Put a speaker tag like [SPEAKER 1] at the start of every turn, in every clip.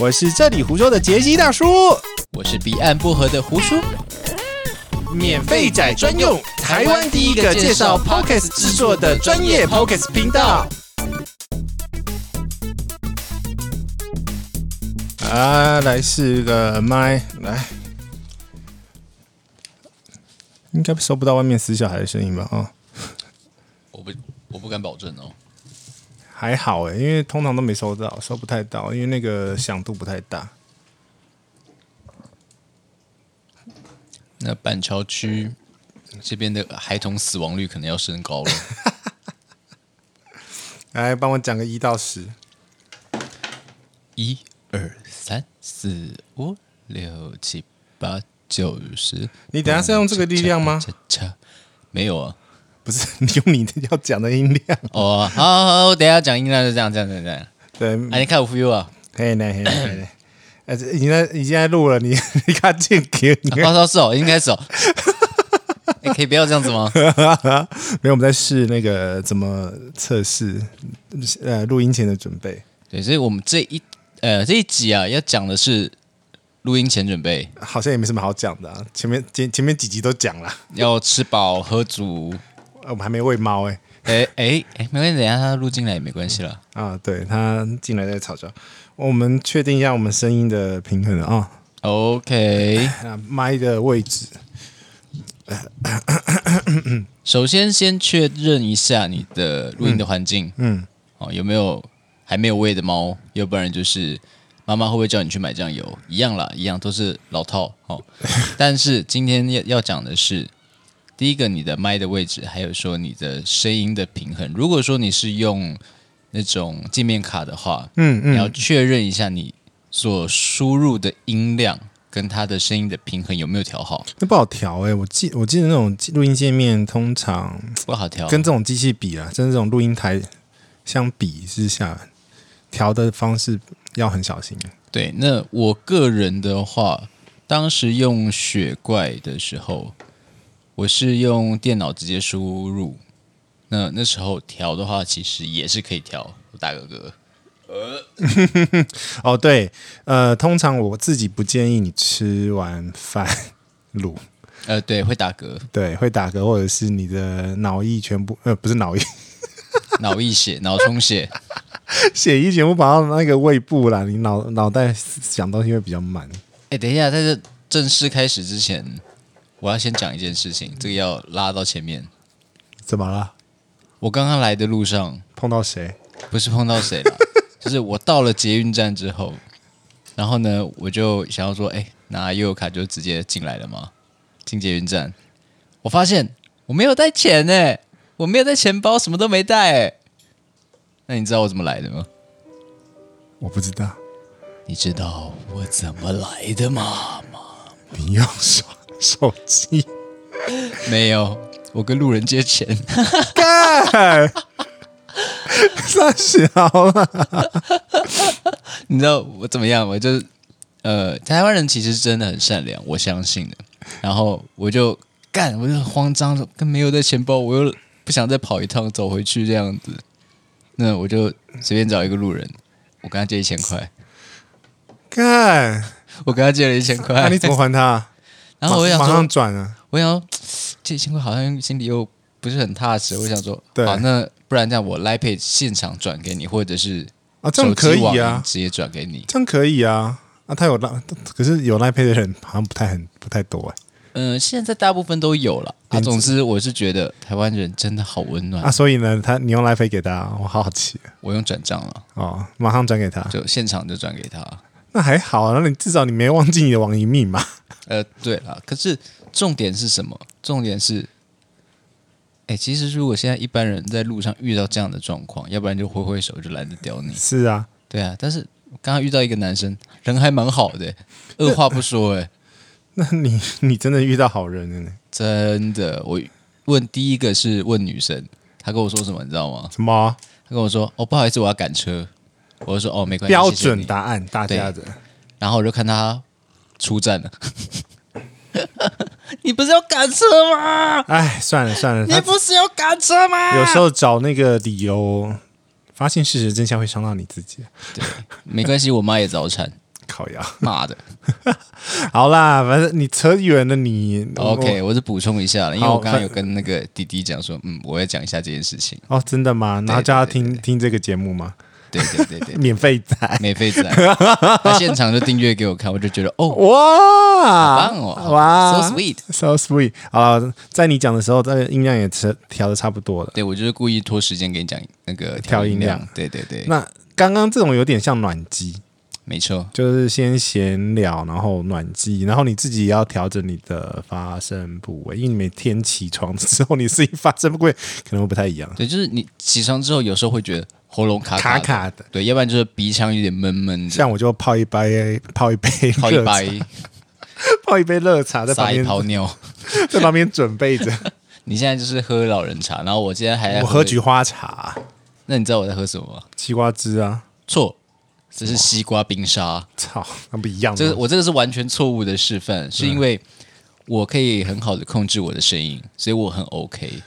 [SPEAKER 1] 我是这里胡说的杰西大叔，
[SPEAKER 2] 我是彼岸薄荷的胡叔，
[SPEAKER 1] 免费仔专用，台湾第一个介绍 Podcast 制作的专业 Podcast 频道。啊，来试个麦，来，应该收不到外面死小孩的声音吧？啊、
[SPEAKER 2] 我不我不敢保证哦。
[SPEAKER 1] 还好欸诶，因为通常都没收到，收不太到，因为那个响度不太大。
[SPEAKER 2] 那板桥区这边的孩童死亡率可能要升 高了。
[SPEAKER 1] 来，帮我讲个一到十。
[SPEAKER 2] 一二三四五六七八九十，
[SPEAKER 1] 你等下是用这个力量吗？
[SPEAKER 2] 恰恰没有啊。
[SPEAKER 1] 不是， 你用你要讲的音量。
[SPEAKER 2] 哦，好好好，我等一下讲音量就这样这样这样这样。
[SPEAKER 1] 对，
[SPEAKER 2] 啊，你看我 feel 啊，
[SPEAKER 1] 嘿嘞嘿嘞嘿嘞，呃，这已经在已经在录了，你 你看见给你
[SPEAKER 2] 啊，发烧是哦，已经开始哦。 哎，可以不要这样子吗？
[SPEAKER 1] 没有？我们在试那个怎么测试，呃，录音前的准备。
[SPEAKER 2] 对，所以我们这一呃这一集啊，要讲的是录音前准备，
[SPEAKER 1] 好像也没什么好讲的、啊，前面前前面几集都讲了，
[SPEAKER 2] 要吃饱喝 足。
[SPEAKER 1] 呃我们还没喂猫哎、
[SPEAKER 2] 哎哎哎，没关系，等一下他录进来也没关系啦。
[SPEAKER 1] 啊，对，它进来在吵架，我们确定一下我们声音的平衡啊，
[SPEAKER 2] OK，
[SPEAKER 1] 那麦的位置，
[SPEAKER 2] 首先先确认一下你的录音的环境，
[SPEAKER 1] 嗯，
[SPEAKER 2] 哦，有没有还没有喂的猫？要不然就是妈妈会不会叫你去买酱油？一样啦，一样都是老套 哦。但是今天要要讲的是，第一个你的麦的位置，还有说你的声音的平衡。如果说你是用那种界面卡的话，
[SPEAKER 1] 嗯
[SPEAKER 2] 你要确认一下你所输入的音量跟它的声音的平衡有没有调好，
[SPEAKER 1] 那不好调哎、我记我记得那种录音界面通常
[SPEAKER 2] 不好调。
[SPEAKER 1] 跟这种机器比啊，跟这种录音台相比之下，调的方式要很小心。啊
[SPEAKER 2] 对，那我个人的话，当时用雪怪的时候，我是用电脑直接输入。那那时候调的话，其实也是可以调。我打个 嗝。
[SPEAKER 1] 哦，对，呃，通常我自己不建议你吃完饭录，
[SPEAKER 2] 呃，对，会打嗝，
[SPEAKER 1] 对，会打嗝或者是你的脑液全部，呃，不是脑液，
[SPEAKER 2] 脑溢血、脑充血。
[SPEAKER 1] 血液全部跑到那个胃部啦，你脑脑袋想东西会比较慢。
[SPEAKER 2] 哎，等一下，在这正式开始之前，我要先讲一件事情，这个要拉到前面。
[SPEAKER 1] 怎么了？
[SPEAKER 2] 我刚刚来的路上，
[SPEAKER 1] 碰到谁？
[SPEAKER 2] 不是碰到谁了， 就是我到了捷运站之后，然后呢，我就想要说，哎，拿悠游卡就直接进来了嘛，进捷运站，我发现我没有带钱哎、我没有带钱包，什么都没带哎、那你知道我怎么来的吗？
[SPEAKER 1] 我不知道。
[SPEAKER 2] 你知道我怎么来的吗？
[SPEAKER 1] 你用手手机
[SPEAKER 2] 没有，我跟路人借钱，
[SPEAKER 1] 干，三十好了。
[SPEAKER 2] 你知道我怎么样？我就呃，台湾人其实真的很善良，我相信的。然后我就干，我就很慌张，跟没有带钱包，我又不想再跑一趟走回去这样子。那我就随便找一个路人，我跟他借一千块，
[SPEAKER 1] 干，
[SPEAKER 2] 我跟他借了一千块。
[SPEAKER 1] 那、你怎么还他？
[SPEAKER 2] 然后我
[SPEAKER 1] 马
[SPEAKER 2] 想
[SPEAKER 1] 马上
[SPEAKER 2] 说，
[SPEAKER 1] 转啊，
[SPEAKER 2] 我想说借一千块好像心里又不是很踏实。我想说，
[SPEAKER 1] 对
[SPEAKER 2] 好，那不然这样，我 l i p a y 现场转给你，或者是
[SPEAKER 1] 啊，这
[SPEAKER 2] 手
[SPEAKER 1] 样可
[SPEAKER 2] 机网
[SPEAKER 1] 以
[SPEAKER 2] 银
[SPEAKER 1] 啊，
[SPEAKER 2] 直接转给你。
[SPEAKER 1] 这样可以啊。啊，他有拉，可是有赖配的人好像不太很不太多哎、
[SPEAKER 2] 嗯，现在大部分都有了啊。
[SPEAKER 1] 连
[SPEAKER 2] 总之，我是觉得台湾人真的好温暖。
[SPEAKER 1] 啊，所以呢，他你用赖配给他，我好好奇
[SPEAKER 2] 我用转账了，
[SPEAKER 1] 哦，马上转给他，
[SPEAKER 2] 就现场就转给他。
[SPEAKER 1] 那还好啊，那你至少你没忘记你的网银密码，
[SPEAKER 2] 呃，对了，可是重点是什么？重点是，哎，其实如果现在一般人在路上遇到这样的状况，要不然就挥挥手就懒得屌你。
[SPEAKER 1] 是啊，
[SPEAKER 2] 对啊，但是我刚刚遇到一个男生，人还蛮好的，二话不说，哎，
[SPEAKER 1] 那你你真的遇到好人了呢？
[SPEAKER 2] 真的。我问第一个是问女生，她跟我说什么，你知道吗？
[SPEAKER 1] 什么啊
[SPEAKER 2] 她跟我说：“哦，不好意思，我要赶车。”我就说：“哦，没关系，
[SPEAKER 1] 标
[SPEAKER 2] 谢谢
[SPEAKER 1] 准
[SPEAKER 2] 你
[SPEAKER 1] 答案？大家的
[SPEAKER 2] 然后我就看他出站了。 你不是要赶车吗？
[SPEAKER 1] 哎，算了算了，他
[SPEAKER 2] 不是要赶车吗
[SPEAKER 1] 有时候找那个理由，发现事实真相会伤到你自己。
[SPEAKER 2] 没关系，我妈也早产。
[SPEAKER 1] 靠腰。
[SPEAKER 2] 妈的
[SPEAKER 1] 好啦，反正你扯远了你，
[SPEAKER 2] ，OK，我是补充一下了，因为
[SPEAKER 1] 好
[SPEAKER 2] 我刚刚
[SPEAKER 1] 反
[SPEAKER 2] 有跟那个弟弟讲说，嗯，我要讲一下这件事情。
[SPEAKER 1] 哦，真的吗？然后
[SPEAKER 2] 对
[SPEAKER 1] 叫他
[SPEAKER 2] 对对
[SPEAKER 1] 听
[SPEAKER 2] 对
[SPEAKER 1] 听这个节目吗？
[SPEAKER 2] 对对对 对，
[SPEAKER 1] 免费仔，
[SPEAKER 2] 免费 自然，他现场就订阅给我看，我就觉得哦，
[SPEAKER 1] 哇，
[SPEAKER 2] 棒哦，
[SPEAKER 1] 哇
[SPEAKER 2] s o sweet。
[SPEAKER 1] so sweet。好了，在你讲的时候，这个音量也调调的差不多了。
[SPEAKER 2] 对，我就是故意拖时间给你讲那个
[SPEAKER 1] 调音
[SPEAKER 2] 音
[SPEAKER 1] 量
[SPEAKER 2] 量。对对对，
[SPEAKER 1] 那刚刚这种有点像暖机，
[SPEAKER 2] 没错，
[SPEAKER 1] 就是先闲聊，然后暖机，然后你自己也要调整你的发声部位，因为你每天起床之后，你自己发声部位可能会不太一样，
[SPEAKER 2] 对，就是你起床之后，有时候会觉得喉咙卡
[SPEAKER 1] 卡
[SPEAKER 2] 的，
[SPEAKER 1] 卡的。
[SPEAKER 2] 对，要不然就是鼻腔有点闷闷的，
[SPEAKER 1] 像我就泡一杯泡一杯
[SPEAKER 2] 泡
[SPEAKER 1] 热茶
[SPEAKER 2] 一掰，
[SPEAKER 1] 泡一杯热茶，在旁
[SPEAKER 2] 撒一
[SPEAKER 1] 边
[SPEAKER 2] 泡尿。
[SPEAKER 1] 在旁边准备着。
[SPEAKER 2] 你现在就是喝老人茶，然后我今天还在
[SPEAKER 1] 我喝菊，花茶、
[SPEAKER 2] 那你知道我在喝什么吗？
[SPEAKER 1] 西瓜汁啊，
[SPEAKER 2] 错，这是西瓜冰沙。
[SPEAKER 1] 操，那不一样吗。
[SPEAKER 2] 这个我这个是完全错误的示
[SPEAKER 1] 嗯
[SPEAKER 2] 范，是因为我可以很好的控制我的声音，所以我很 OK。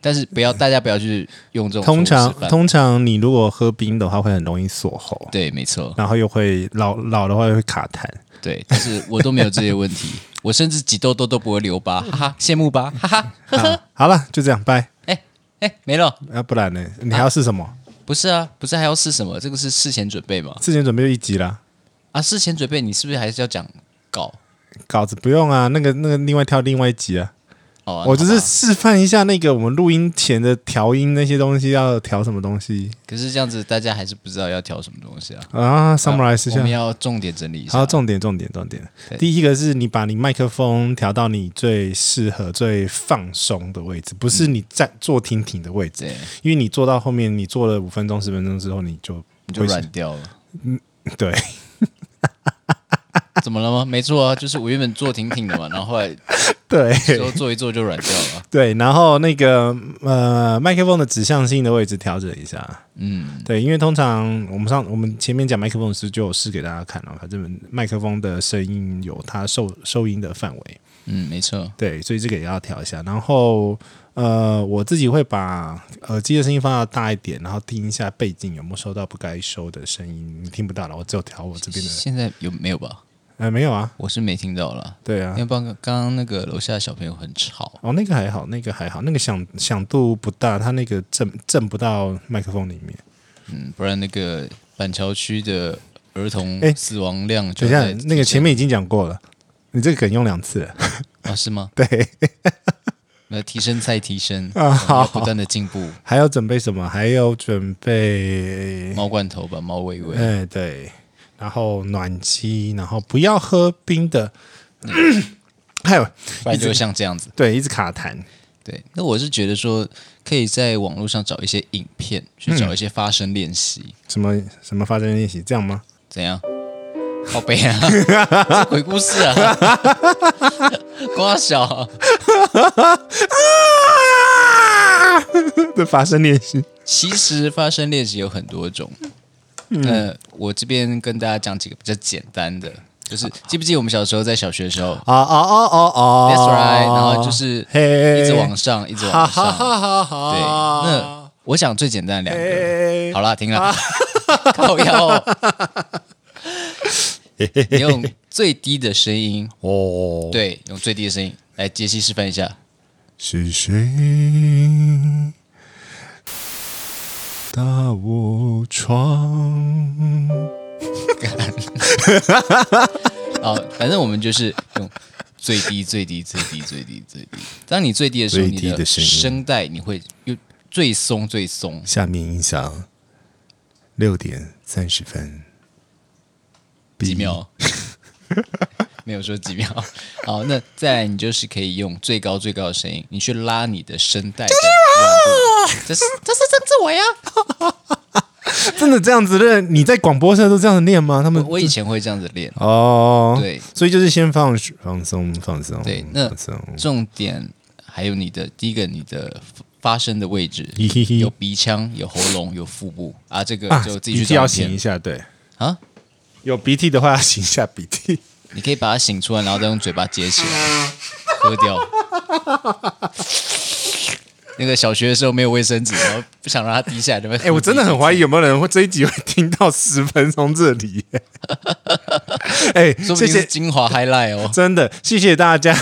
[SPEAKER 2] 但是不要大家不要去用这种错误
[SPEAKER 1] 通常
[SPEAKER 2] 示范
[SPEAKER 1] 通常你如果喝冰的话，会很容易锁喉，
[SPEAKER 2] 对，没错。
[SPEAKER 1] 然后又会老老的话又会卡痰。
[SPEAKER 2] 对，但是我都没有这些问题，我甚至挤痘痘都不会留疤，哈哈，羡慕吧，哈哈，
[SPEAKER 1] 啊好了，就这样，拜。
[SPEAKER 2] 哎哎，没了，
[SPEAKER 1] 啊，不然呢？你还要试什么？
[SPEAKER 2] 不是啊，不是还要试什么？这个是事前准备嘛？
[SPEAKER 1] 之前准备就一集啦，
[SPEAKER 2] 啊，事前准备你是不是还是要讲稿？
[SPEAKER 1] 稿子不用啊，那个那个另外挑另外一集啊。
[SPEAKER 2] 哦，
[SPEAKER 1] 我就是
[SPEAKER 2] 好吧，
[SPEAKER 1] 示范一下那个我们录音前的调音那些东西要调什么东西
[SPEAKER 2] 可是这样子大家还是不知道要调什么东西啊。
[SPEAKER 1] 啊，summarize 一
[SPEAKER 2] 我
[SPEAKER 1] 下
[SPEAKER 2] 们。要重点整理一下。
[SPEAKER 1] 好，重点重点重点。
[SPEAKER 2] 对
[SPEAKER 1] 第一个是你把你麦克风调到你最适合、最放松的位置，不是你站坐挺挺的位置。
[SPEAKER 2] 对，
[SPEAKER 1] 因为你坐到后面，你坐了五分钟、十分钟之后，你就
[SPEAKER 2] 你就
[SPEAKER 1] 会是
[SPEAKER 2] 软掉了。
[SPEAKER 1] 对，
[SPEAKER 2] 怎么了吗？没错啊，就是我原本坐挺挺的嘛，然后后 来
[SPEAKER 1] 对
[SPEAKER 2] 之后坐一坐就软掉了。
[SPEAKER 1] 对，然后那个呃，麦克风的指向性的位置调整一下。
[SPEAKER 2] 嗯，
[SPEAKER 1] 对，因为通常我们上我们前面讲麦克风的时候就有试给大家看了、反正麦克风的声音有它收收音的范围，
[SPEAKER 2] 嗯，没错。
[SPEAKER 1] 对，所以这个也要调一下。然后呃，我自己会把耳机的声音放到大一点，然后听一下背景有没有收到不该收的声音，你听不到了，我只有调我这边 的。
[SPEAKER 2] 现在有没有吧？
[SPEAKER 1] 呃，没有啊，
[SPEAKER 2] 我是没听到了，
[SPEAKER 1] 对啊
[SPEAKER 2] 因，为刚刚刚那个楼下的小朋友很吵。
[SPEAKER 1] 哦，那个还好，那个还好，那个响响度不大，它那个震震不到麦克风里面。
[SPEAKER 2] 嗯，不然那个板桥区的儿童
[SPEAKER 1] 哎
[SPEAKER 2] 死亡量
[SPEAKER 1] 等
[SPEAKER 2] 就
[SPEAKER 1] 一下
[SPEAKER 2] 在，
[SPEAKER 1] 那个前面已经讲过了，你这个梗用两次了。
[SPEAKER 2] 啊、是吗？
[SPEAKER 1] 对，
[SPEAKER 2] 那提升再提升，
[SPEAKER 1] 啊
[SPEAKER 2] 我们要
[SPEAKER 1] 好
[SPEAKER 2] 不断的进步。
[SPEAKER 1] 还要准备什么？还要准备，
[SPEAKER 2] 猫罐头吧，猫喂喂，
[SPEAKER 1] 哎、哦对，然后暖机，然后不要喝冰的。嗯还有，
[SPEAKER 2] 不然就像这样子。
[SPEAKER 1] 对，一直卡痰。
[SPEAKER 2] 对，那我是觉得说，可以在网络上找一些影片，去找一些发声练习。
[SPEAKER 1] 什么什么发声练习，这样吗？
[SPEAKER 2] 怎样？靠背 啊，这鬼故事啊， 瓜小啊
[SPEAKER 1] 啊！的发声练习，
[SPEAKER 2] 其实发声练习有很多种，
[SPEAKER 1] 嗯
[SPEAKER 2] 那我这边跟大家讲几个比较简单的，就是记不记得我们小时候在小学的时候
[SPEAKER 1] 哦哦哦哦哦
[SPEAKER 2] ，That's right，然后就是
[SPEAKER 1] 嘿
[SPEAKER 2] 一直往上，一直
[SPEAKER 1] 哈
[SPEAKER 2] 往
[SPEAKER 1] 哈
[SPEAKER 2] 上。
[SPEAKER 1] 哈哈
[SPEAKER 2] 对，
[SPEAKER 1] 哈！
[SPEAKER 2] 那我想最简单的两个，
[SPEAKER 1] 嘿
[SPEAKER 2] 好啦，停了， 靠腰哦，你用最低的声音，
[SPEAKER 1] 哦，
[SPEAKER 2] 对，用最低的声音来杰西示范一下，
[SPEAKER 1] 是谁打我窗？
[SPEAKER 2] 啊，反正我们就是用最低、最低、最低、最低、最低。当你最低的时候，
[SPEAKER 1] 最
[SPEAKER 2] 你
[SPEAKER 1] 低的
[SPEAKER 2] 的
[SPEAKER 1] 声音
[SPEAKER 2] 声带你会又最松、最松。
[SPEAKER 1] 下面音响六点三十分，
[SPEAKER 2] 几秒， 没有说几秒。好，那再来你就是可以用最高最高的声音，你去拉你的声带的
[SPEAKER 1] 啊
[SPEAKER 2] 软度。这是这是曾志伟啊！
[SPEAKER 1] 真的这样子练？你在广播社都这样子练吗？他
[SPEAKER 2] 我
[SPEAKER 1] 们
[SPEAKER 2] 我以前会这样子练。
[SPEAKER 1] 哦，
[SPEAKER 2] 对
[SPEAKER 1] 所以就是先放放松放松，
[SPEAKER 2] 对，那
[SPEAKER 1] 放松，
[SPEAKER 2] 重点还有你的第一个你的发声的位置，
[SPEAKER 1] 嘿嘿嘿
[SPEAKER 2] 有鼻腔、有喉咙、有腹部啊，这个
[SPEAKER 1] 啊
[SPEAKER 2] 就，自己
[SPEAKER 1] 鼻
[SPEAKER 2] 去
[SPEAKER 1] 涕
[SPEAKER 2] 找
[SPEAKER 1] 要
[SPEAKER 2] 影片
[SPEAKER 1] 擤一下，对，
[SPEAKER 2] 啊。
[SPEAKER 1] 有鼻涕的话要擤一下鼻 涕。
[SPEAKER 2] 你可以把它醒出 来，然后再用嘴巴接起来，喝掉。那个小学的时候没有卫生纸，然后不想让它滴下来，对不对？
[SPEAKER 1] 哎、我真的很怀疑有没有人会这一集会听到十分钟这里 耶。哎、
[SPEAKER 2] 说不
[SPEAKER 1] 谢
[SPEAKER 2] 定是
[SPEAKER 1] 谢，
[SPEAKER 2] 精华 highlight 哦。
[SPEAKER 1] 真的谢谢大家。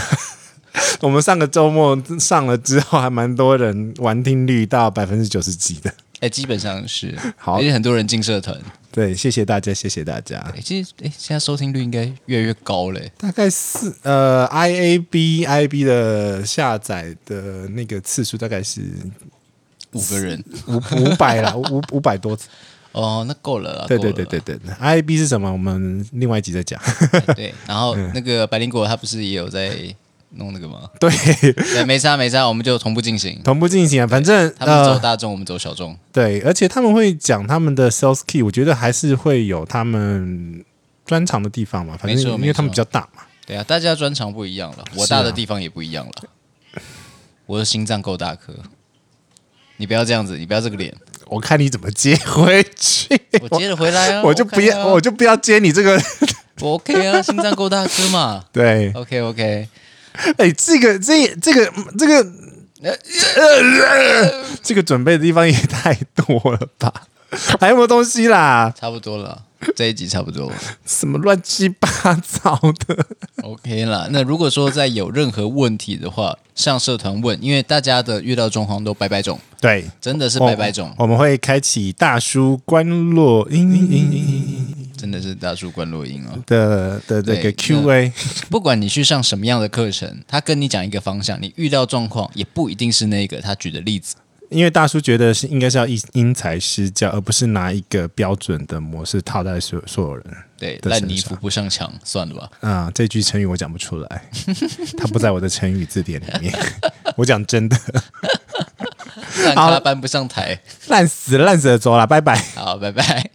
[SPEAKER 1] 我们上个周末上了之后，还蛮多人玩听率到百分之九十几的。
[SPEAKER 2] 哎，基本上是，
[SPEAKER 1] 好
[SPEAKER 2] 而且很多人进社团。
[SPEAKER 1] 对，谢谢大家，谢谢大家。
[SPEAKER 2] 哎，其实哎，现在收听率应该越来越高嘞。
[SPEAKER 1] 大概四呃，IAB IB 的下载的那个次数大概是
[SPEAKER 2] 五个人
[SPEAKER 1] 五五百啦，五五百多次。
[SPEAKER 2] 哦，那够了啦。
[SPEAKER 1] 对
[SPEAKER 2] 够了
[SPEAKER 1] 对
[SPEAKER 2] 啦
[SPEAKER 1] 对对对，IAB 是什么？我们另外一集再讲。
[SPEAKER 2] 对，然后
[SPEAKER 1] 嗯
[SPEAKER 2] 那个百灵果他不是也有在弄那 个吗？
[SPEAKER 1] 对，
[SPEAKER 2] 对，没差没差，我们就同步进行。
[SPEAKER 1] 同步进行啊，反正
[SPEAKER 2] 他们走
[SPEAKER 1] 呃
[SPEAKER 2] 大众，我们走小众。
[SPEAKER 1] 对，而且他们会讲他们的 sales key，我觉得还是会有他们专长的地方嘛。反
[SPEAKER 2] 没
[SPEAKER 1] 正
[SPEAKER 2] 错
[SPEAKER 1] 因
[SPEAKER 2] 没
[SPEAKER 1] 为他们
[SPEAKER 2] 错
[SPEAKER 1] 比较大嘛。
[SPEAKER 2] 对啊，大家专长不一样了，我
[SPEAKER 1] 是啊
[SPEAKER 2] 大的地方也不一样了。我的心脏够大颗，你不要这样子，你不要这个脸，
[SPEAKER 1] 我看你怎么接回去，
[SPEAKER 2] 我接着回来啊，
[SPEAKER 1] 哎我就不
[SPEAKER 2] OK 啊
[SPEAKER 1] 要，我就不要接你这个。
[SPEAKER 2] 我 OK 啊，心脏够大颗嘛
[SPEAKER 1] 对，
[SPEAKER 2] ，OK OK，
[SPEAKER 1] 哎，这个这这个这个呃这个准备的地方也太多了吧？还有没有东西啦？
[SPEAKER 2] 差不多了，这一集差不多了
[SPEAKER 1] 什么乱七八糟的？
[SPEAKER 2] ，OK 啦。那如果说再有任何问题的话，上社团问，因为大家的遇到状况都百百种，
[SPEAKER 1] 对，
[SPEAKER 2] 真的是
[SPEAKER 1] 哦
[SPEAKER 2] 百百种，
[SPEAKER 1] 我们会开启大叔关洛音
[SPEAKER 2] 真的是大叔关洛音哦。
[SPEAKER 1] 的的这个
[SPEAKER 2] 对
[SPEAKER 1] Q&A，
[SPEAKER 2] 不管你去上什么样的课程，他跟你讲一个方向，你遇到状况也不一定是那个他举的例子。
[SPEAKER 1] 因为大叔觉得是应该是要因因材施教，而不是拿一个标准的模式套在所所有人。
[SPEAKER 2] 对，
[SPEAKER 1] 的
[SPEAKER 2] 烂
[SPEAKER 1] 身
[SPEAKER 2] 泥扶
[SPEAKER 1] 上
[SPEAKER 2] 不上墙，算了吧。
[SPEAKER 1] 啊、这句成语我讲不出来，它不在我的成语字典里面。 我讲真的，
[SPEAKER 2] 烂
[SPEAKER 1] 好
[SPEAKER 2] 咖搬不上台。
[SPEAKER 1] 烂死了，烂死了，走了，拜拜。
[SPEAKER 2] 好，拜拜。